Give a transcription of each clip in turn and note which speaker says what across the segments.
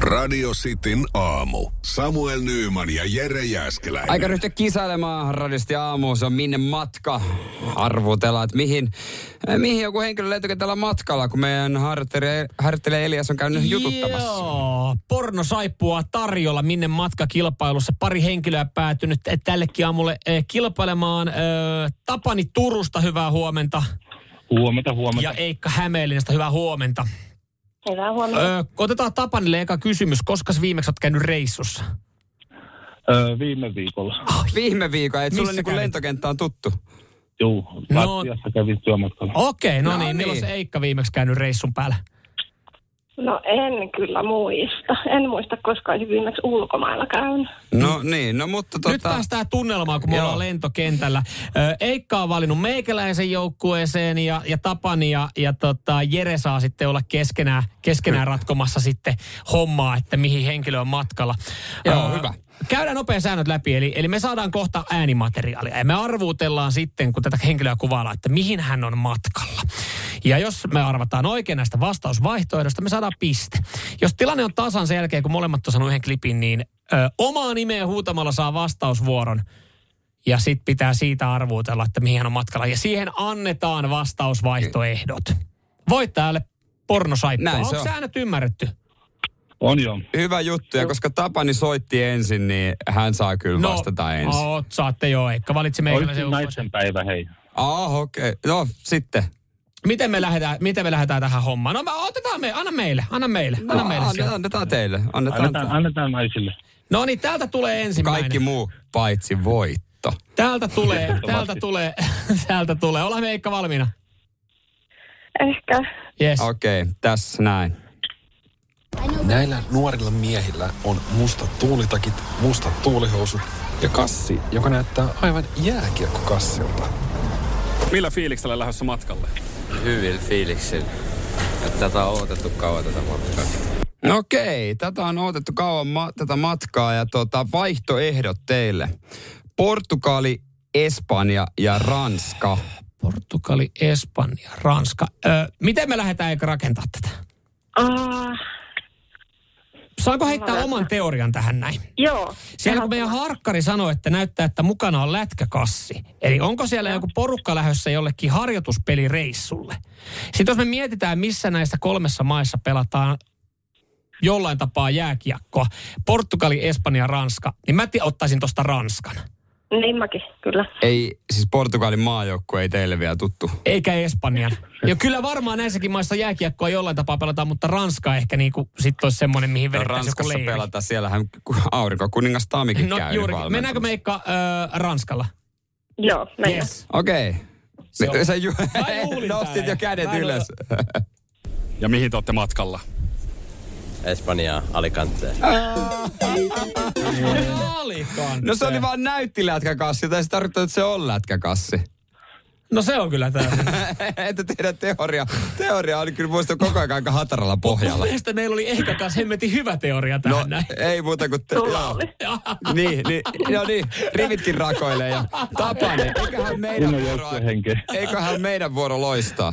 Speaker 1: Radio Cityn aamu. Samuel Nyyman ja Jere Jäskeläinen.
Speaker 2: Aika ryhtyä kisailemaan radiosti aamu. Se on minne matka. Arvutella, että mihin, eh, mihin joku henkilö löytyykö tällä matkalla, kun meidän harjoittelija harjoittelija Elias on käynyt jututtamassa.
Speaker 3: Joo, pornosaippua tarjolla minne matkakilpailussa. Pari henkilöä päätynyt t- tällekin aamulle eh, kilpailemaan. Eh, Tapani Turusta, hyvää huomenta.
Speaker 4: Huomenta, huomenta.
Speaker 3: Ja Eikka Hämeenlinnasta, hyvää huomenta.
Speaker 5: Hyvää
Speaker 3: Eh,
Speaker 5: huomenta.
Speaker 3: otetaan Tapanille eka kysymys. Koska viimeksi olet käynyt reissussa?
Speaker 4: Öö, viime viikolla.
Speaker 2: Ah, Viime viikolla, että sulle
Speaker 3: Missä
Speaker 2: niin
Speaker 3: kävit?
Speaker 2: lentokenttä on tuttu.
Speaker 4: Juu,
Speaker 3: No.
Speaker 4: Latviassa kävin työmatkalla.
Speaker 3: Okei, no,
Speaker 2: No
Speaker 3: niin. Milloin
Speaker 2: niin.
Speaker 3: se Eikka viimeksi käynyt reissun päällä?
Speaker 5: No en kyllä muista. En muista, koska olisin viimeksi ulkomailla käynyt.
Speaker 2: No niin, no mutta
Speaker 3: Nyt
Speaker 2: tota...
Speaker 3: päästään tunnelmaan, kun me
Speaker 2: Joo.
Speaker 3: ollaan lentokentällä. Ö, Eikka on valinnut meikäläisen joukkueeseen ja, ja Tapani ja, ja tota, Jere saa sitten olla keskenään, keskenään ratkomassa sitten hommaa, että mihin henkilö on matkalla.
Speaker 2: Joo, hyvä.
Speaker 3: Käydään nopea säännöt läpi, eli, eli me saadaan kohta äänimateriaalia ja me arvuutellaan sitten, kun tätä henkilöä kuvaillaan, että mihin hän on matkalla. Ja jos me arvataan oikein näistä vastausvaihtoehdoista, me saadaan piste. Jos tilanne on tasan sen jälkeen, kun molemmat on saanut yhden klipin, niin ö, omaa nimeä huutamalla saa vastausvuoron. Ja sitten pitää siitä arvuutella, että mihin hän on matkalla. Ja siihen annetaan vastausvaihtoehdot. Voittajalle pornosaippua.
Speaker 2: Näin se
Speaker 3: Onko
Speaker 2: on.
Speaker 3: säännöt ymmärretty?
Speaker 4: On joo.
Speaker 2: Hyvä juttu, ja koska Tapani soitti ensin, niin hän saa kyllä
Speaker 3: No.
Speaker 2: vastata ensin.
Speaker 3: Oot, saatte joo, Eikka. Valitsi meikäläisen
Speaker 4: Olisi
Speaker 3: joukkueen.
Speaker 4: naisten päivä, hei.
Speaker 2: Ah, okei. Okay. No, sitten.
Speaker 3: Miten me lähdetään, miten me lähdetään tähän hommaan? No me otetaan me, anna meille, anna meille, anna
Speaker 2: No,
Speaker 3: meille
Speaker 2: annetaan,
Speaker 3: sieltä.
Speaker 2: annetaan teille. Annetaan,
Speaker 4: Annetaan, annetaan naisille.
Speaker 3: No niin, täältä tulee ensimmäinen.
Speaker 2: Kaikki muu paitsi voitto.
Speaker 3: Täältä tulee,
Speaker 4: Ehdottomasti.
Speaker 3: täältä tulee, täältä tulee. Ollaan me Eikka valmiina.
Speaker 5: Ehkä.
Speaker 3: Yes.
Speaker 2: Okei, okay, tässä näin.
Speaker 6: Näillä nuorilla miehillä on mustat tuulitakit, mustat tuulihousut ja kassi, joka näyttää aivan jääkiekkokassilta.
Speaker 7: Millä fiiliksellä lähdössä matkalle?
Speaker 8: hyvillä fiiliksillä. Että tätä on odotettu kauan tätä matkaa.
Speaker 2: No Okei, tätä on odotettu kauan ma- tätä matkaa ja tota, vaihtoehdot teille. Portugali, Espanja ja Ranska.
Speaker 3: Portugali, Espanja, Ranska. Ö, miten me lähdetään Eikka rakentaa tätä?
Speaker 5: Uh,
Speaker 3: Saanko heittää oman teorian tähän näin?
Speaker 5: joo.
Speaker 3: Siellä kun meidän harkkari sanoi, että näyttää, että mukana on lätkäkassi. Eli onko siellä joku porukka lähdössä jollekin harjoituspelireissulle? Sitten jos me mietitään, missä näissä kolmessa maissa pelataan jollain tapaa jääkiekkoa, Portugali, Espanja, Ranska, niin mä ti- ottaisin tuosta Ranskan.
Speaker 5: Niin mäkin, kyllä.
Speaker 2: Ei, siis Portugalin maajoukkue ei teille vielä tuttu.
Speaker 3: Eikä Espanjan. Ja kyllä varmaan näissäkin maissa jääkiekkoa jollain tapaa pelataan, mutta Ranska ehkä niinku sit olisi semmoinen, mihin
Speaker 2: No,
Speaker 3: vedettäisiin joku
Speaker 2: Ranskassa
Speaker 3: leiri.
Speaker 2: pelata, siellähän ku- aurinkokuningas Taamikin
Speaker 3: No
Speaker 2: käy
Speaker 3: juuri. Mennäänkö me Ikka, ö, Ranskalla?
Speaker 5: Joo, mennään.
Speaker 3: Yes.
Speaker 2: Okei. Okay.
Speaker 3: Se on-
Speaker 2: Sä ju-
Speaker 3: Mä juhlin
Speaker 2: nostit
Speaker 3: täällä.
Speaker 2: jo kädet
Speaker 3: Mä en
Speaker 2: ylös.
Speaker 7: Ja mihin te olette matkalla?
Speaker 8: Espanjaa, Alicanteen.
Speaker 3: Alikan.
Speaker 2: No se oli vaan näytti lätkäkassi, tai se tarkoittaa, että se on lätkäkassi.
Speaker 3: No se on kyllä täysin.
Speaker 2: Että teidän teoria, teoria on kyllä muista koko ajan aika hataralla pohjalla.
Speaker 3: Mielestä meillä oli ehkä taas hemmetin hyvä teoria tähän
Speaker 2: No
Speaker 3: no, näin.
Speaker 2: ei muuta kuin... Te-
Speaker 5: Sulla
Speaker 2: joo.
Speaker 5: oli.
Speaker 2: niin, niin, no niin, rivitkin rakoilee ja Tapani, eiköhän meidän
Speaker 4: Minun
Speaker 2: vuoro,
Speaker 4: joukkueen henkeä.
Speaker 2: eiköhän meidän vuoro loistaa.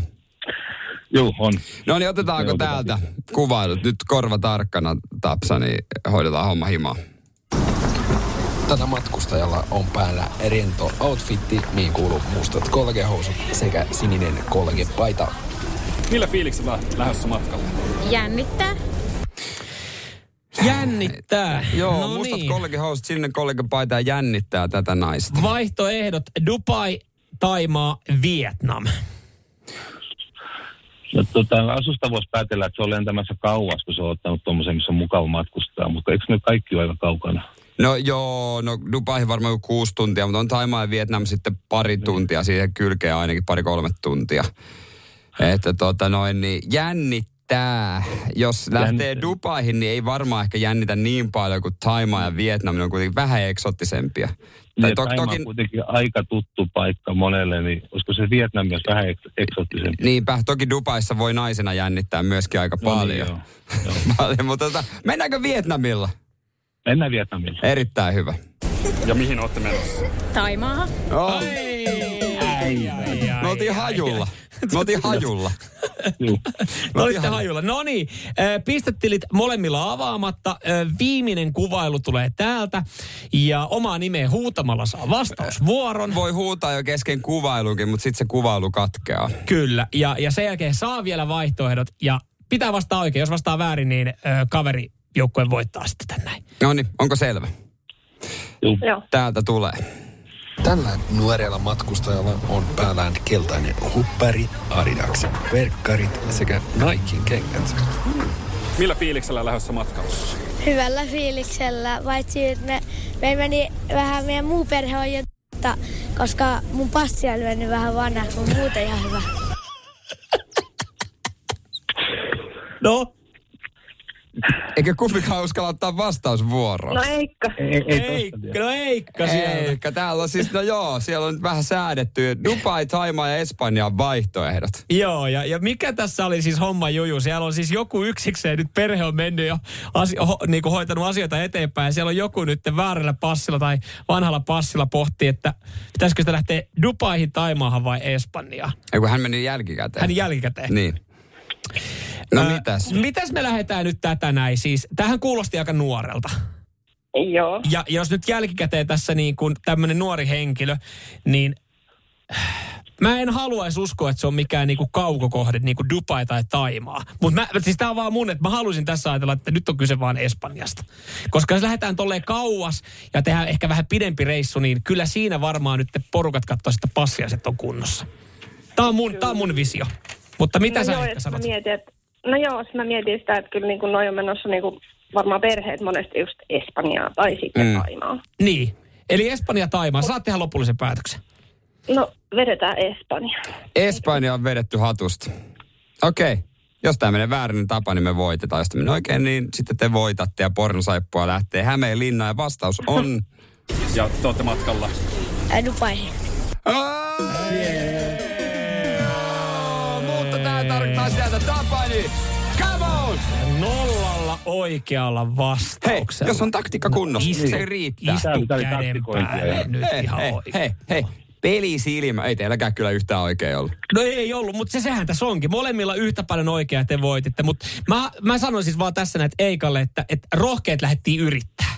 Speaker 4: Juu, on.
Speaker 2: No niin, otetaanko
Speaker 4: Joudutaan.
Speaker 2: täältä kuvailut? Nyt korva tarkkana, Tapsa, niin hoidetaan homma himaa.
Speaker 6: Tällä matkustajalla on päällä rento outfitti, mihin kuuluu mustat kolkehousut sekä sininen kolkepaita.
Speaker 7: Millä fiiliksellä lähdössä matkalle?
Speaker 9: Jännittää.
Speaker 3: Jännittää.
Speaker 2: Joo,
Speaker 3: no
Speaker 2: mustat
Speaker 3: niin.
Speaker 2: kollegehousut, sininen kollegepaita ja jännittää tätä naista.
Speaker 3: Vaihtoehdot Dubai, Taimaa, Vietnam.
Speaker 4: No, tota, asusta voisi päätellä, että se on lentämässä kauas, kun se on ottanut tuommoisen, missä on mukava matkustaa. Mutta eikö ne kaikki ole aika kaukana?
Speaker 2: No joo, no Dubaihin varmaan joku kuusi tuntia, mutta on Taimaa ja Vietnam sitten pari
Speaker 4: Niin.
Speaker 2: tuntia, siihen kylkeen ainakin pari-kolme tuntia. Että tota noin, niin jännittää. Jos lähtee
Speaker 4: Jännittää.
Speaker 2: Dubaihin, niin ei varmaan ehkä jännitä niin paljon kuin Taimaa ja Vietnam, ne on kuitenkin vähän eksoottisempia. Tai
Speaker 4: Niin,
Speaker 2: to,
Speaker 4: Taimaa
Speaker 2: toki,
Speaker 4: on kuitenkin aika tuttu paikka monelle, niin olisiko se Vietnam jos vähän ek- eksoottisempi?
Speaker 2: niinpä, toki Dubaissa voi naisena jännittää myöskin aika
Speaker 4: No niin,
Speaker 2: paljon.
Speaker 4: joo.
Speaker 2: Niin, paljon mutta tota, mennäänkö Vietnamilla?
Speaker 4: Mennään Vietnamille.
Speaker 2: Erittäin hyvä.
Speaker 7: Ja mihin olette menossa?
Speaker 9: Taimaa.
Speaker 2: Oh.
Speaker 3: Ai, ai, ai,
Speaker 2: No Me oltiin hajulla. Me oltiin hajulla.
Speaker 4: Juu.
Speaker 3: Me olitte hajulla. No niin, äh, pistetilit molemmilla avaamatta. Äh, Viimeinen kuvailu tulee täältä. Ja omaa nimeä huutamalla saa vastausvuoron.
Speaker 2: Voi huutaa jo kesken kuvailunkin, mutta sitten se kuvailu katkeaa.
Speaker 3: Kyllä, ja, ja sen jälkeen saa vielä vaihtoehdot ja pitää vastaa oikein. Jos vastaa väärin, niin ö, kaveri joukkue voittaa sitten tän näin.
Speaker 2: No niin, onko selvä?
Speaker 4: Juu.
Speaker 5: Joo.
Speaker 2: Täältä tulee.
Speaker 6: Tällä nuorella matkustajalla on päällään keltainen huppari, Adidas, verkkarit sekä Nikein kengät.
Speaker 7: Millä fiiliksellä lähdössä matkalle?
Speaker 9: hyvällä fiiliksellä, paitsi että ne- meillä meni vähän meidän muu perhe on jo t- koska mun passi on mennyt vähän vanhaksi, mutta muuten ihan hyvä.
Speaker 3: No,
Speaker 2: Eikö kumpikaan uskalla ottaa vastausvuoroa?
Speaker 5: No eikö?
Speaker 4: Ei, ei tosta
Speaker 3: Eikka,
Speaker 4: vielä.
Speaker 3: no Eikka siellä.
Speaker 2: Eikä, täällä on siis, no joo, siellä on nyt vähän säädetty Dubai, Taimaa ja Espanjan vaihtoehdot.
Speaker 3: Joo, ja, ja mikä tässä oli siis homma juju? Siellä on siis joku yksikseen, nyt perhe on mennyt jo asi- ho, niin kuin hoitanut asioita eteenpäin. Ja siellä on joku nyt väärällä passilla tai vanhalla passilla pohtii, että pitäisikö sitä lähteä Dubaihin, Taimaahan vai Espanjaan.
Speaker 2: Eiku hän meni jälkikäteen.
Speaker 3: Hän jälkikäteen.
Speaker 2: Niin. No
Speaker 3: Ö,
Speaker 2: mitäs?
Speaker 3: Mitäs me lähdetään nyt tätä näin siis? Tähän kuulosti aika nuorelta.
Speaker 5: Joo.
Speaker 3: Ja jos nyt jälkikäteen tässä niin kuin tämmöinen nuori henkilö, niin mä en haluaisi uskoa, että se on mikään niin kuin kaukokohde, niin kuin Dubai tai Taimaa. Mutta siis tämä on vaan mun, että mä haluaisin tässä ajatella, että nyt on kyse vaan Espanjasta. Koska jos lähdetään tolleen kauas ja tehdään ehkä vähän pidempi reissu, niin kyllä siinä varmaan nyt te porukat katsoo, että passiaiset on kunnossa. Tämä on mun, tää on mun visio. Mutta mitä
Speaker 5: no
Speaker 3: sä
Speaker 5: joo,
Speaker 3: ehkä
Speaker 5: jos mä
Speaker 3: sanot?
Speaker 5: mietin, että, no joo, jos mä mietin sitä, että kyllä niin kuin noi on menossa niin kuin varmaan perheet monesti just Espanjaa tai sitten
Speaker 2: Mm.
Speaker 5: mm. Taimaa.
Speaker 3: Niin. Eli Espanja Taimaa. Saat tehdä lopullisen päätöksen.
Speaker 5: No, vedetään Espanja.
Speaker 2: Espanja on vedetty hatusta. Okei. Jos tämä menee väärin tapa, niin me voitetaan. Jos tämä menee oikein, niin sitten te voitatte ja pornosaippua lähtee Hämeen linnaan. Ja vastaus on...
Speaker 7: Ja te olette matkalla.
Speaker 9: Ää, Dubaihin.
Speaker 2: Aa! Mutta tämä tarkoittaa sitä, että Tapani, come on!
Speaker 3: Nollalla oikealla
Speaker 2: Hei,
Speaker 3: vastauksella.
Speaker 2: jos on taktiikka kunnossa,
Speaker 3: istu-
Speaker 2: se riittää.
Speaker 3: Istu
Speaker 4: Tää oli
Speaker 3: käden
Speaker 4: taktikointia
Speaker 3: päälle
Speaker 4: ihan.
Speaker 3: nyt
Speaker 2: hei,
Speaker 3: ihan
Speaker 2: hei,
Speaker 3: oikein.
Speaker 2: hei, hei, pelisilmä. Ei teilläkään kyllä yhtään oikein ollut.
Speaker 3: No ei ollut, mutta se, sehän tässä onkin. Molemmilla yhtä paljon oikeaa te voititte. Mutta mä, mä sanoin siis vaan tässä näet Eikalle, että, että rohkeet lähdettiin yrittää.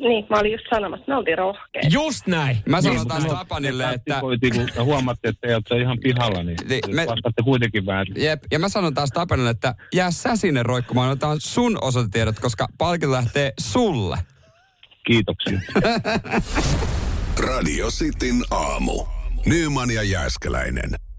Speaker 5: Niin, mä olin just sanomassa, että me oltiin rohkeita.
Speaker 3: Just näin.
Speaker 2: Mä sanon
Speaker 4: Niin,
Speaker 2: taas
Speaker 4: mutta
Speaker 2: Tapanille,
Speaker 4: me
Speaker 2: että...
Speaker 4: taktikoitiin, kun te huomaatte, että te olette ihan pihalla, niin
Speaker 2: Niin, me-
Speaker 4: me... vastaatte kuitenkin väärin.
Speaker 2: Jep, ja mä sanon taas Tapanille, että jää sä sinne roikkumaan, otetaan sun osoitetiedot, koska palkinto lähtee sulle.
Speaker 4: Kiitoksia.
Speaker 1: Radio Cityn aamu. Nyman ja Jääskeläinen.